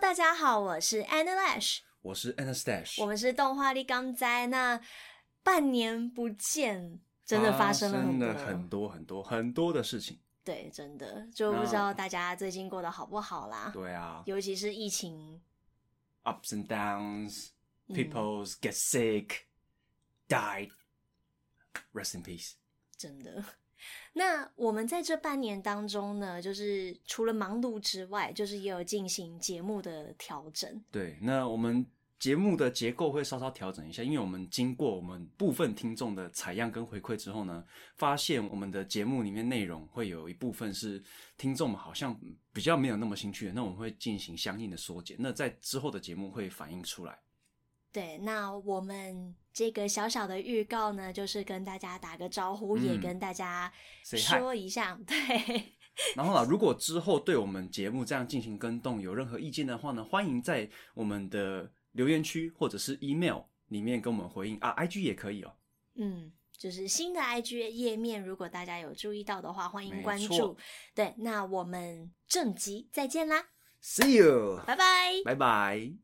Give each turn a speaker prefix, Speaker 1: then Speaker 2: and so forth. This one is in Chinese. Speaker 1: 大家好，我是 Anna Lash，
Speaker 2: 我是 Anastash，
Speaker 1: 我们是动画力刚哉。那半年不见，真的发生了很
Speaker 2: 很
Speaker 1: 多，
Speaker 2: 很多很多很多的事情。
Speaker 1: 对，真的就不知道大家最近过得好不好啦。
Speaker 2: 对啊
Speaker 1: 尤其是疫情，
Speaker 2: ，ups and
Speaker 1: 嗯
Speaker 2: downs，people get sick，died，rest in peace。
Speaker 1: 真的。 那我们在这半年当中呢，就是除了忙碌之外，就是也有进行节目的调整。
Speaker 2: 对，那我们节目的结构会稍稍调整一下，因为我们经过我们部分听众的采样跟回馈之后呢，发现我们的节目里面内容会有一部分是听众们好像比较没有那么兴趣的，那我们会进行相应的缩减，那在之后的节目会反映出来。
Speaker 1: 对，那我们这个小小的预告呢，就是跟大家打个招呼，
Speaker 2: 嗯
Speaker 1: 也跟大家
Speaker 2: Say hi
Speaker 1: 说一下。对，
Speaker 2: 然后啦，如果之后对我们节目这样进行跟动有任何意见的话呢，欢迎在我们的留言区或者是 email 里面跟我们回应啊，IG 也可以哦。
Speaker 1: 嗯，就是新的 IG 页面，如果大家有注意到的话，欢迎
Speaker 2: 没
Speaker 1: 关
Speaker 2: 错
Speaker 1: 注。对，那我们正集再见啦，
Speaker 2: See you，
Speaker 1: 拜拜。
Speaker 2: 拜拜。